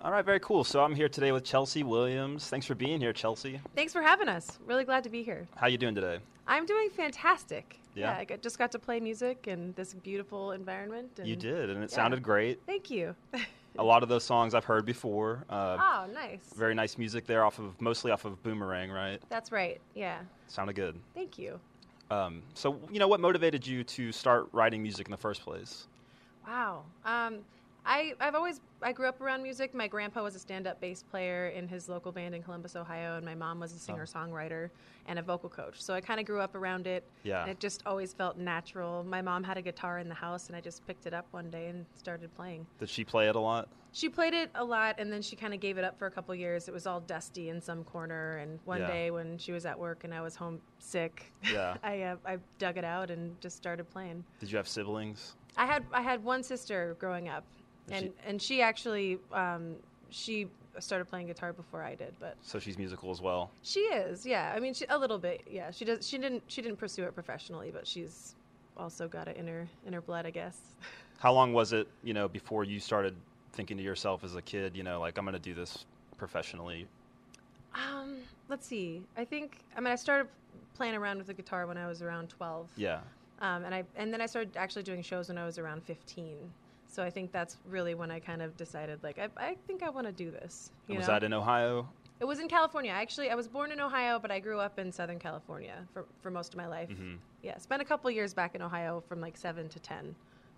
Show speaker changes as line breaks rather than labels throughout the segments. All right, very cool. So I'm here today with Chelsea Williams. Thanks for being here, Chelsea.
Thanks for having us. Really glad to be here.
How you doing today?
I'm doing fantastic.
Yeah.
I got- just got to play music in this beautiful environment. And
You did, and it
yeah.
sounded great.
Thank you.
A lot of those songs I've heard before. Uh,
oh, nice.
Very nice music there, off of mostly off of Boomerang, right?
That's right. Yeah.
Sounded good.
Thank you.
Um, so you know, what motivated you to start writing music in the first place?
Wow. Um, I, I've always I grew up around music. My grandpa was a stand-up bass player in his local band in Columbus, Ohio, and my mom
Oh.
was a singer-songwriter and a vocal coach. So I kind of grew up around it.
Yeah.
And it just always felt natural. My mom had a guitar in the house, and I just picked it up one day and started playing.
Did she play it a lot?
She played it a lot, and then she kind of gave it up for a couple years. It was all dusty in some corner, and one
Yeah.
day when she was at work and I was home sick,
Yeah.
I uh, I dug it out and just started playing.
Did you have siblings?
I had I had one sister growing up,
Is
and
she-
and she actually um, she started playing guitar before I did, but
So she's musical as well.
she is yeah. I mean, she, a little bit yeah. She does she didn't she didn't pursue it professionally, but she's also got it in her in her blood, I guess.
How long was it, you know, before you started thinking to yourself as a kid, you know, like I'm going to do this professionally?
Um, let's see. I think I mean I started playing around with the guitar when I was around twelve.
Yeah.
Um, and I and then I started actually doing shows when I was around fifteen. So I think that's really when I kind of decided like I, I think I want to do this.
And
You
was
know?
that in Ohio?
It was in California. I actually I was born in Ohio, but I grew up in Southern California for for most of my life.
Mm-hmm.
Yeah, spent a couple years back in Ohio from like seven to ten,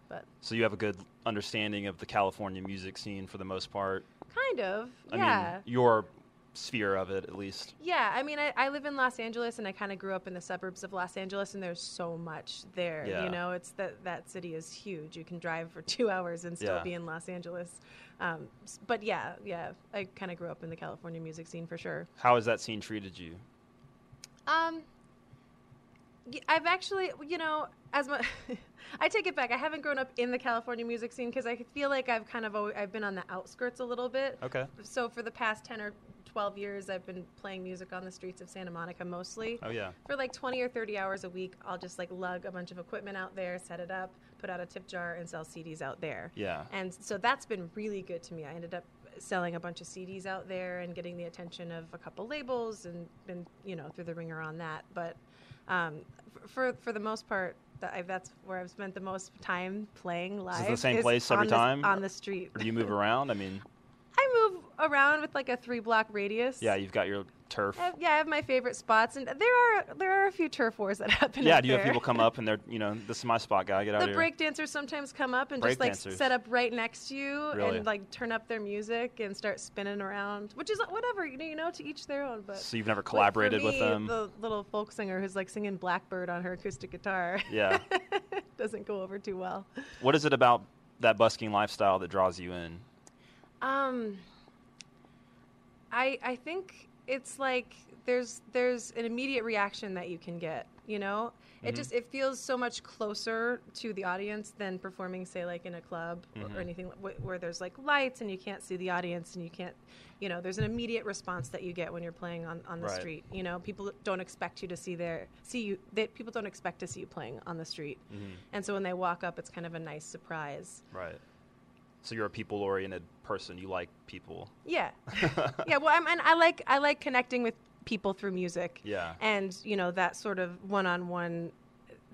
but
So you have a good understanding of the California music scene for the most part.
kind of
I
yeah.
mean, your sphere of it at least.
Yeah, I mean, I, I live in Los Angeles, and I kind of grew up in the suburbs of Los Angeles, and there's so much there.
Yeah.
You know, it's that that city is huge. You can drive for two hours and still
Yeah.
be in Los Angeles. Um, s- but yeah, yeah, I kind of grew up in the California music scene for sure.
How has that scene treated you?
Um, y- I've actually, you know, as much, I take it back. I haven't grown up in the California music scene because I feel like I've kind of always, I've been on the outskirts a little bit.
Okay.
So for the past ten or twelve years, I've been playing music on the streets of Santa Monica mostly.
Oh yeah.
For like 20 or 30 hours a week, I'll just like lug a bunch of equipment out there, set it up, put out a tip jar, and sell CDs out there.
Yeah.
And so that's been really good to me. I ended up selling a bunch of CDs out there and getting the attention of a couple labels and been, you know, through the ringer on that. But um, f- for for the most part, that I, that's where I've spent the most time playing
Is
live.
this the same place
on
every
the-
time?
on the street.
Or do you move around? I mean,
I move around with like a three block radius.
yeah, you've got your turf.
I have- yeah, I have my favorite spots, and there are there are a few turf wars that happen.
Yeah,
out
do you have
there.
people come up and they're, you know, this is my spot, guy, get out
The
of here.
break dancers sometimes come up and
Break
just like
dancers.
set up right next to you
Really?
and like turn up their music and start spinning around, which is uh, whatever you know, you know to each their own. But
So you've never
but for
collaborated with
me,
them?
The little folk singer who's like singing Blackbird on her acoustic guitar
Yeah.
doesn't go over too well.
What is it about that busking lifestyle that draws you in?
Um, I I think it's like there's there's an immediate reaction that you can get. You know, it just it feels so much closer to the audience than performing, say, like in a club or anything wh- where there's like lights and you can't see the audience and you can't, you know, there's an immediate response that you get when you're playing on, on the
Right.
street. You know, people don't expect you to see their see you. They, people don't expect to see you playing on the street, and so when they walk up, it's kind of a nice surprise.
Mm-hmm. Right. So you're a people oriented person. You like people.
Yeah, yeah. Well, I'm, and I like I like connecting with people through music.
Yeah.
and you know that sort of one-on-one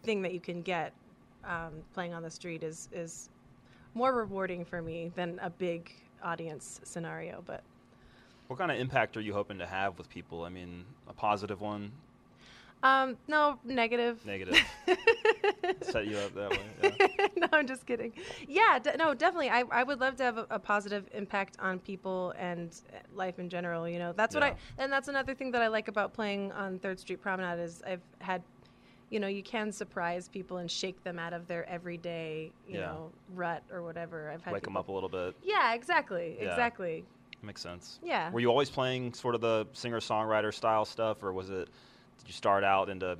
thing that you can get um, playing on the street is is more rewarding for me than a big audience scenario. But
What kind of impact are you hoping to have with people? I mean, a positive one,
um, no, negative.
negative. Set you up that way. yeah.
no, I'm just kidding. Yeah, de- no, definitely. I, I would love to have a, a positive impact on people and uh, life in general. You know, that's what
Yeah.
I, and that's another thing that I like about playing on Third Street Promenade is I've had, you know, you can surprise people and shake them out of their everyday, you
Yeah.
know, rut or whatever. I've had
Wake them
people-
up a little bit.
Yeah, exactly,
Yeah.
exactly.
Makes sense.
Yeah.
Were you always playing sort of the singer songwriter style stuff, or was it Did you start out into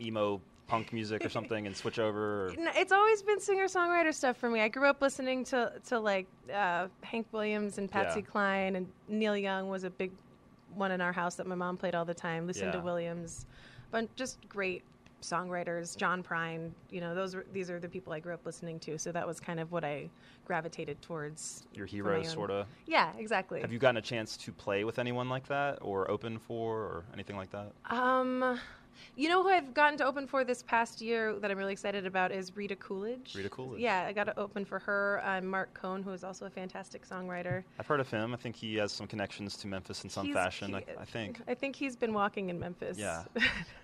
emo punk music or something and switch over? Or?
N- It's always been singer songwriter stuff for me. I grew up listening to to like uh, Hank Williams and Patsy
Yeah.
Cline, and Neil Young was a big one in our house that my mom played all the time. Lucinda
Yeah.
Williams, but just great songwriters. John Prine, you know, those were, these are the people I grew up listening to. So that was kind of what I gravitated towards.
Your
for my
heroes,
own-
sort of.
Yeah, exactly.
Have you gotten a chance to play with anyone like that, or open for, or anything like that?
Um, you know who I've gotten to open for this past year that I'm really excited about is Rita Coolidge.
Rita Coolidge.
Yeah, I got to open for her. Uh, Mark Cohn, who is also a fantastic songwriter.
I've heard of him. I think he has some connections to Memphis in some
He's-
fashion.
he-
I, I think
I think he's been walking in Memphis.
Yeah.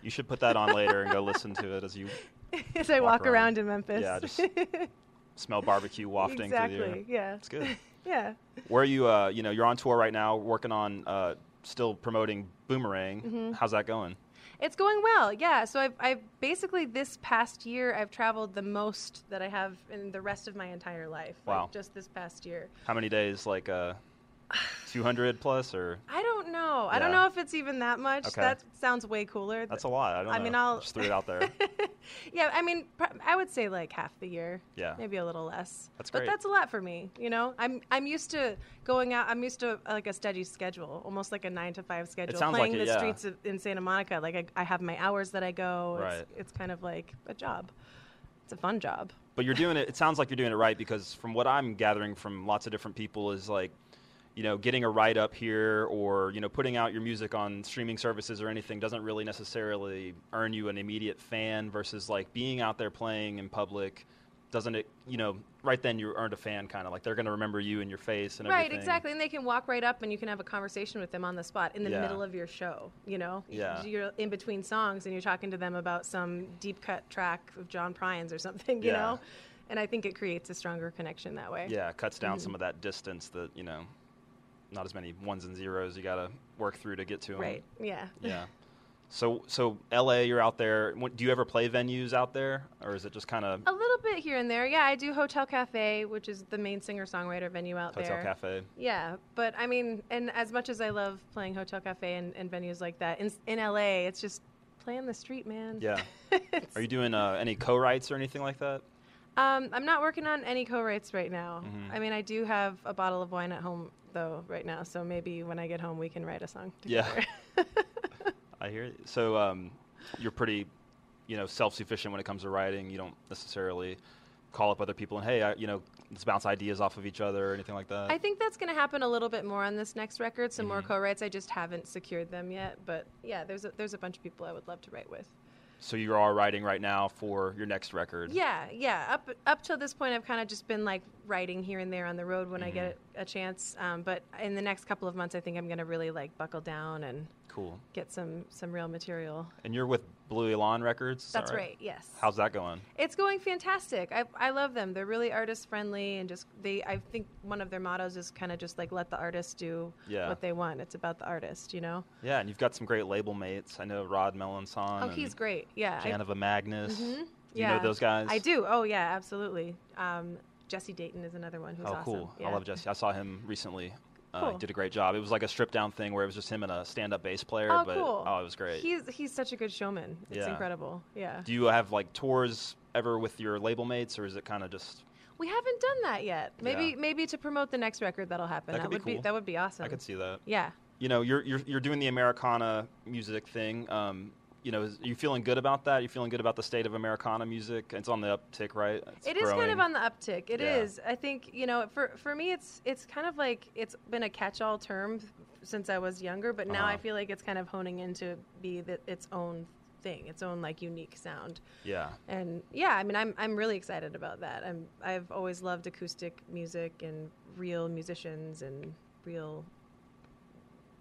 you should put that on later and go listen to it as you
as I
Walk
walk,
around.
around. in Memphis.
Yeah, just smell barbecue wafting through the air.
exactly. Yeah.
It's good.
Yeah.
Where are you? Uh, you know, you're on tour right now, working on uh, still promoting Boomerang.
Mm-hmm.
How's that going?
It's going well, yeah. So I've, I've basically this past year I've traveled the most that I have in the rest of my entire life.
Wow.
Like just this past year.
How many days? Like uh, 200 plus, or
I don't know. I don't
Yeah.
know if it's even that much.
Okay.
That sounds way cooler.
that's a lot. I don't
I
know.
mean, I'll-
just threw it out there.
yeah, I mean, pr- I would say like half the year.
Yeah.
Maybe a little less.
Ah. That's
But
great.
that's a lot for me, you know? I'm I'm used to going out, I'm used to uh, like a steady schedule, almost like a 9 to 5 schedule
sounds like
playing
it,
the
yeah.
streets of, in Santa Monica. Like I, I have my hours that I go.
Right.
It's, it's kind of like a job. It's a fun job.
but you're doing it. It sounds like you're doing it right because from what I'm gathering from lots of different people is like. You know, getting a write up here or, you know, putting out your music on streaming services or anything doesn't really necessarily earn you an immediate fan versus like being out there playing in public. Doesn't it, you know, right then you earned a fan kind of like they're going to remember you and your face and
Right,
everything.
exactly. And they can walk right up and you can have a conversation with them on the spot in the
Yeah.
middle of your show, you know?
Yeah.
You're in between songs and you're talking to them about some deep cut track of John Prines or something, you
Yeah.
know? And I think it creates a stronger connection that way.
Yeah, it cuts down
Mm-hmm.
some of that distance that you know, not as many ones and zeros you got to work through to get to 'em.
Right. Yeah.
Yeah. So so L.A. You're out there. Wh- Do you ever play venues out there, or is it just kind of
A little bit here and there. Yeah, I do Hotel Cafe, which is the main singer songwriter venue out
hotel
there.
cafe?
Yeah, but I mean, and as much as I love playing Hotel Cafe and, and venues like that, in, in LA, it's just playing the street, man.
Yeah.
It's-
Are you doing uh, any co-writes or anything like that?
um, I'm not working on any co writes right now. I mean, I do have a bottle of wine at home, though, right now, so maybe when I get home, we can write a song
Yeah.
together.
I hear. You. So um, you're pretty, you know, self-sufficient when it comes to writing. You don't necessarily call up other people and hey, I, you know, let's bounce ideas off of each other or anything like that.
I think that's going to happen a little bit more on this next record, some more co writes. I just haven't secured them yet, but yeah, there's a, there's a bunch of people I would love to write with.
so you are writing right now for your next record.
Yeah, yeah. Up up till this point, I've kind of just been like writing here and there on the road when I get a chance. Um, but in the next couple of months, I think I'm gonna really like buckle down and
Cool.
get some some real material.
And you're with Blue Elon Records. is that
That's right. Yes.
How's that going?
It's going fantastic. I, I love them. They're really artist friendly and just they. I think one of their mottos is kind of just like let the artist do
Yeah.
what they want. It's about the artist, you know.
Yeah, and you've got some great label mates. I know Rod Melanson.
Oh, he's great. Yeah. I- Mm-hmm.
Janova Magnus. You
yeah.
know those guys?
I do. Oh yeah, absolutely. Um, Jesse Dayton is another one who's
Oh,
awesome.
cool. I
Yeah.
love Jesse. I saw him recently. Uh,
Cool.
He did a great job. It was like a stripped down thing where it was just him and a stand up bass player.
Oh,
but
cool.
oh, it was great.
He's he's such a good showman. It's
Yeah.
incredible. Yeah.
do you have like tours ever with your label mates, or is it kind of just?
We haven't done that yet. Maybe
Yeah.
maybe to promote the next record that'll happen.
That could be
would
cool.
that would be awesome.
I could see that.
Yeah.
You know, you're you're you're doing the Americana music thing. Um, you know, is, are you feeling good about that? Are you feeling good about the state of Americana music? It's on the uptick, right? It's
It is kind of
growing.
on the uptick. It is.
Yeah.
I think, you know, for for me it's it's kind of like it's been a catch-all term since I was younger, but now I
Uh-huh.
feel like it's kind of honing into be the, its own thing, its own like unique sound.
Yeah.
And yeah, I mean, I'm I'm really excited about that. I'm I've always loved acoustic music and real musicians and real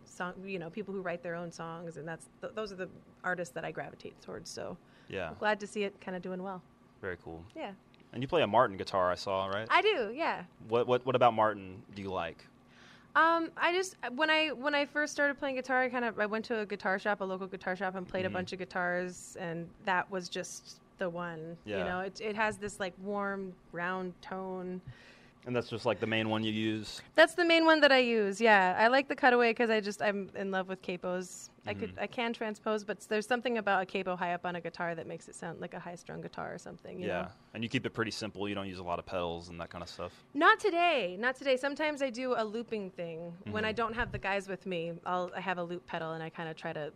song, you know, people who write their own songs, and that's th- those are the artists that I gravitate towards. So
Yeah,
I'm glad to see it kind of doing well.
very cool.
Yeah,
And you play a Martin guitar, I saw, right?
I do. Yeah.
What what what about Martin do you like?
Um, I just when I when I first started playing guitar, I kind of I went to a guitar shop, a local guitar shop, and
Mm-hmm.
played a bunch of guitars, and that was just the one. You
Yeah.
know, it it has this like warm, round tone.
And that's just like the main one you use.
That's the main one that I use. Yeah, I like the cutaway because I just I'm in love with capos. I could
Mm-hmm.
I can transpose, but there's something about a capo high up on a guitar that makes it sound like a high strung guitar or something. you
yeah.
know?
And you keep it pretty simple. You don't use a lot of pedals and that kind of stuff.
Not today. Not today. Sometimes I do a looping thing when
Mm-hmm.
I don't have the guys with me. I'll I have a loop pedal and I kind of try to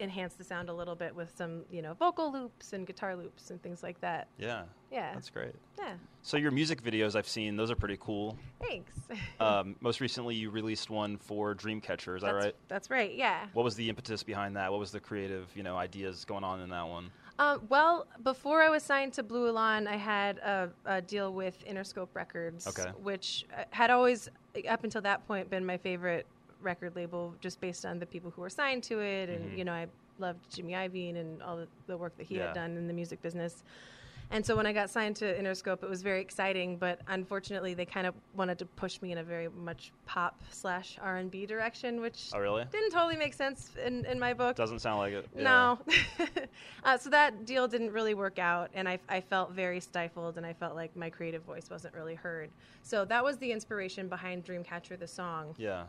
enhance the sound a little bit with some you know vocal loops and guitar loops and things like that.
Yeah.
Yeah.
That's great.
yeah.
So your music videos I've seen, those are pretty cool.
Thanks.
Um, most recently, you released one for Dreamcatcher. Is that
that's,
right?
That's right. Yeah.
What was the impetus behind that? What was the creative, you know, ideas going on in that one?
Um, well, before I was signed to Blue Elan, I had a, a deal with Interscope Records,
Okay.
which uh, had always, up until that point, been my favorite record label, just based on the people who were signed to it, and
Mhm.
you know, I loved Jimmy Iovine and all the, the work that he
Yeah.
had done in the music business. And so when I got signed to Interscope, it was very exciting, but unfortunately, they kind of wanted to push me in a very much pop slash R and B direction, which
Oh, really?
didn't totally make sense in, in my book.
Doesn't sound like it. Yeah.
No. uh, so that deal didn't really work out, and I, I felt very stifled, and I felt like my creative voice wasn't really heard. So that was the inspiration behind Dreamcatcher, the song,
Yeah.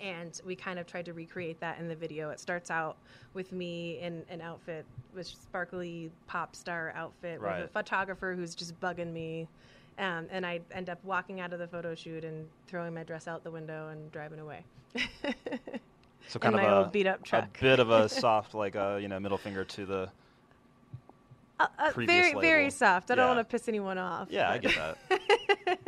and we kind of tried to recreate that in the video. It starts out with me in an outfit, with sparkly pop star outfit, with
Right.
a photographer who's just bugging me. Um, and I end up walking out of the photo shoot and throwing my dress out the window and driving away.
So
in
kind
my
of
old beat up
a, a
truck.
bit of a soft, like, uh, you know, middle finger to the.
Uh, uh,
previous
very,
label.
very soft. I
Yeah.
don't want to piss anyone off.
Yeah, I
but-
get that.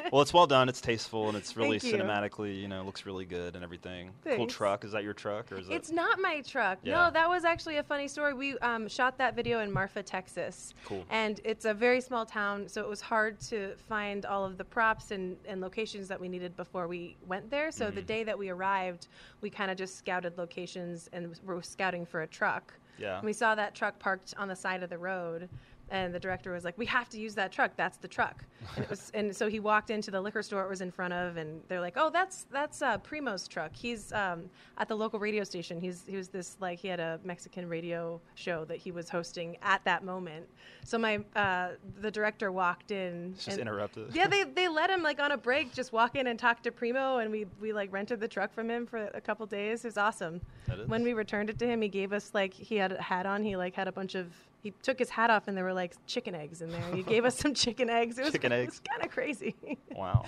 well, it's well done. It's tasteful, and it's really
Thank you.
cinematically, you know, looks really good and everything. Cool
Thanks.
truck. Is that your truck, or is
It's
it
not my truck.
Yeah.
No, that was actually a funny story. We um, shot that video in Marfa, Texas.
Cool.
And it's a very small town, so it was hard to find all of the props and, and locations that we needed before we went there. So
Mm.
the day that we arrived, we kind of just scouted locations and were scouting for a truck.
Yeah.
And we saw that truck parked on the side of the road. And the director was like, "We have to use that truck. That's the truck." And, it was, and so he walked into the liquor store it was in front of, and they're like, "Oh, that's that's uh, Primo's truck. He's um, at the local radio station. He's he was this like he had a Mexican radio show that he was hosting at that moment." So my uh, the director walked in.
it's just
and-
interrupted?
yeah, they, they let him like on a break just walk in and talk to Primo, and we we like rented the truck from him for a couple days. It was awesome.
That is-
When we returned it to him, he gave us like he had a hat on. He like had a bunch of he took his hat off, and there were like chicken eggs in there. He gave us some chicken eggs. It was,
Chicken
it
eggs.
was kind of crazy.
Wow.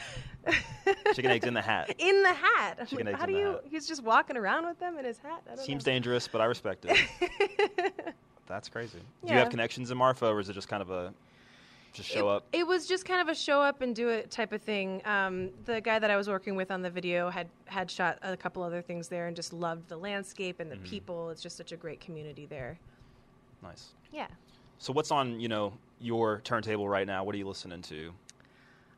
Chicken eggs in the hat.
in the hat. I'm
Chicken
like,
eggs
How
in
do
the
you?
hat.
He's just walking around with them in his hat. I don't
Seems
know.
dangerous, but I respect it. That's crazy. Do you have
Yeah.
connections in Marfa, or is it just kind of a just show
it,
up?
It was just kind of a show up and do it type of thing. Um, the guy that I was working with on the video had had shot a couple other things there and just loved the landscape and the
Mm.
people. It's just such a great community there.
Nice.
Yeah.
So what's on you know your turntable right now? What are you listening to?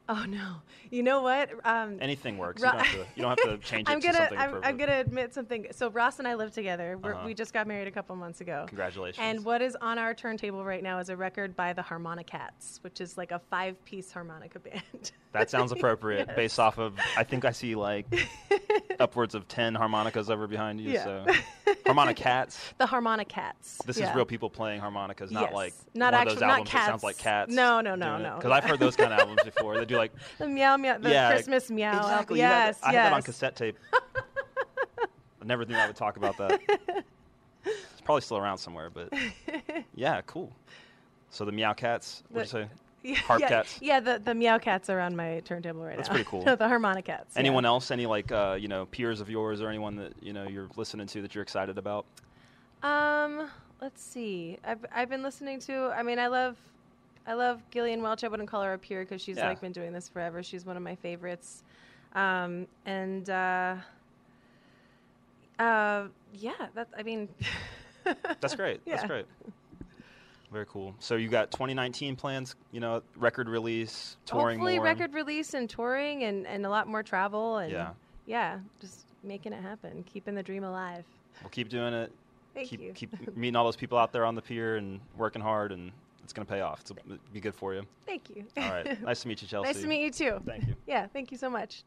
Oh no. You know what? Um,
Anything works.
Ro-
You, don't have to, you don't have to change it
I'm
to
gonna
something
I'm,
perfect.
I'm gonna admit something. So Ross and I live together. We're,
Uh-huh.
We just got married a couple months ago.
Congratulations.
And what is on our turntable right now is a record by the Harmonicats, which is like a five-piece harmonica band.
That sounds appropriate based off of I think I see like upwards of ten harmonicas over behind you.
Yeah.
So harmonic cats.
the Harmonicats.
This is
Yeah.
real people playing harmonicas, not
Yes.
like one
Not
of
actual-
those
not
albums that sounds
cats.
like cats.
No, no, no, no,
Because
yeah.
I've heard those kind of albums before. They do like
The meow meow, the
Yeah,
Christmas meow.
exactly. you had-
Yes,
I
yes.
had that on cassette tape. I never knew I would talk about that. It's probably still around somewhere, but yeah, cool. So the meow cats. What'd you
The-
say?
Yeah,
Harp
yeah,
cats.
Yeah, the, the meow cats are on my turntable right
That's
now.
pretty cool.
No, the harmonica cats. yeah.
Anyone else? Any like uh, you know peers of yours or anyone that you know you're listening to that you're excited about?
Um, let's see. I've I've been listening to. I mean, I love. I love Gillian Welch. I wouldn't call her a peer because she's
Yeah.
like been doing this forever. She's one of my favorites, um, and uh, uh, yeah. That I mean,
That's great. That's
Yeah.
great. Very cool. So you got 2019 plans, you know, record release, touring
hopefully
more.
record release and touring and, and a lot more travel and
Yeah.
yeah, just making it happen, keeping the dream alive.
We'll keep doing it.
Thank
keep
you.
keep meeting all those people out there on the pier and working hard, and it's gonna pay off. It's it'll be good for you.
Thank you.
All right. Nice to meet you, Chelsea.
nice to meet you too.
Thank you.
Yeah, thank you so much.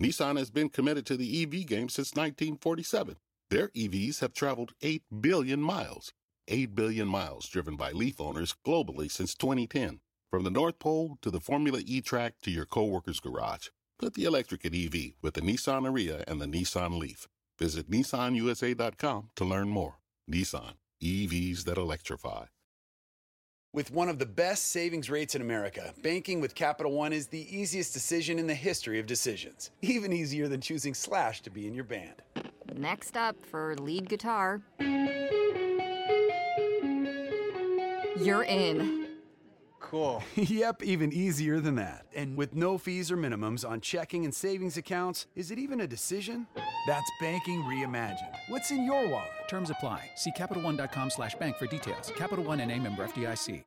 Nissan has been committed to the EV game since 1947. Their EVs have traveled 8 billion miles. 8 billion miles driven by Leaf owners globally since 2010. From the North Pole to the Formula E track to your coworker's garage. Put the electric at EV with the Nissan Aria and the Nissan Leaf. Visit nissanusa.com to learn more. Nissan, EVs that electrify.
With one of the best savings rates in America, banking with Capital One is the easiest decision in the history of decisions. Even easier than choosing Slash to be in your band.
Next up for lead guitar. You're in.
Cool. yep, even easier than that. And with no fees or minimums on checking and savings accounts, is it even a decision? That's banking reimagined. What's in your wallet?
Terms apply. See CapitalOne.com slash bank for details. Capital One and a member FDIC.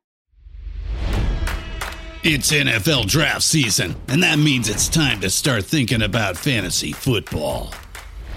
It's NFL draft season, and that means it's time to start thinking about fantasy football.